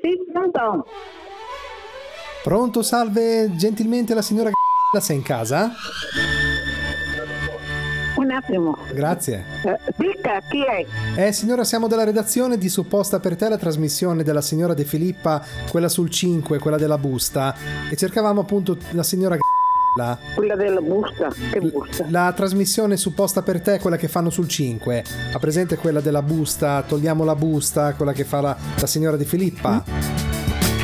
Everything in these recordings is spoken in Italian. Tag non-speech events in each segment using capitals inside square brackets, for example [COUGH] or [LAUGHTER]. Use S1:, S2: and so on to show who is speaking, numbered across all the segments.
S1: sì, pronto.
S2: Pronto, salve, gentilmente la signora la [LAUGHS] sei in casa?
S1: Un attimo.
S2: Grazie.
S1: Eh, dica chi è?
S2: Eh signora, siamo della redazione di Supposta per te la trasmissione della signora De Filippa, quella sul 5, quella della busta e cercavamo appunto la signora [LAUGHS] la,
S1: Quella della busta. Che busta?
S2: la trasmissione supposta per te, quella che fanno sul 5. Ha presente quella della busta, togliamo la busta, quella che fa la, la signora De Filippa?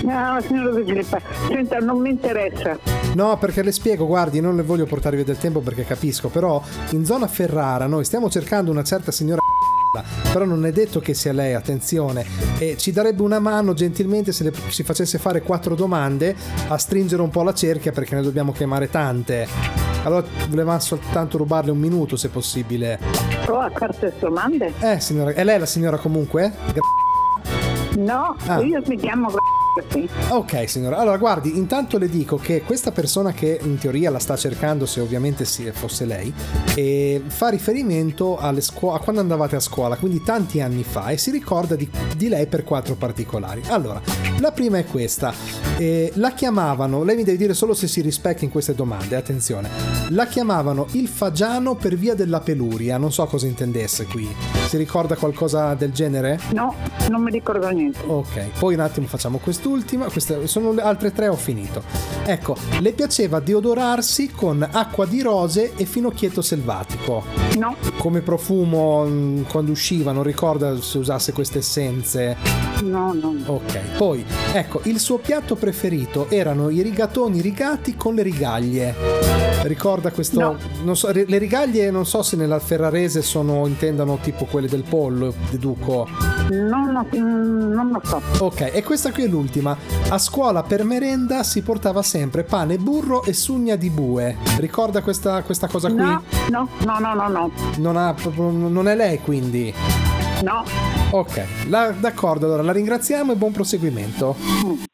S1: No, signora De Filippa, senta, non mi interessa.
S2: No, perché le spiego, guardi, non le voglio portare via del tempo perché capisco, però in zona Ferrara noi stiamo cercando una certa signora [LAUGHS] però non è detto che sia lei, attenzione, e ci darebbe una mano gentilmente se le- ci facesse fare quattro domande a stringere un po' la cerchia perché ne dobbiamo chiamare tante. Allora volevamo soltanto rubarle un minuto se possibile.
S1: Ho a carte domande?
S2: Eh signora, è lei la signora comunque? Gra-
S1: No,
S2: Ah.
S1: io mi chiamo sì.
S2: Ok signora, allora guardi, intanto le dico che questa persona che in teoria la sta cercando, se ovviamente sì, fosse lei, eh, fa riferimento alle scuo- a quando andavate a scuola, quindi tanti anni fa, e si ricorda di, di lei per quattro particolari. Allora, la prima è questa, Eh, la chiamavano, lei mi deve dire solo se si rispecchia in queste domande, attenzione, la chiamavano il fagiano per via della peluria, non so cosa intendesse qui, si ricorda qualcosa del genere?
S1: No, non mi ricordo niente.
S2: Ok, poi un attimo facciamo quest'ultima, queste sono le altre tre, ho finito. Ecco, le piaceva deodorarsi con acqua di rose e finocchietto selvatico.
S1: No,
S2: Come profumo mh, quando usciva, non ricorda se usasse queste essenze.
S1: no, no.
S2: Ok, poi, ecco, il suo piatto preferito erano i rigatoni rigati con le rigaglie. Ricorda questo?
S1: No.
S2: Non so, ri- le rigaglie non so se nella ferrarese sono, intendano tipo quelle del pollo, deduco.
S1: No, no, mm, non lo so.
S2: Ok, e questa qui è l'ultima. A scuola per merenda si portava sempre pane, burro e sugna di bue. Ricorda questa, questa cosa qui?
S1: No, no, no, no, no, no.
S2: Non, ha, proprio- non è lei quindi.
S1: No.
S2: Ok, la- d'accordo, allora la ringraziamo e buon proseguimento.
S1: Mm.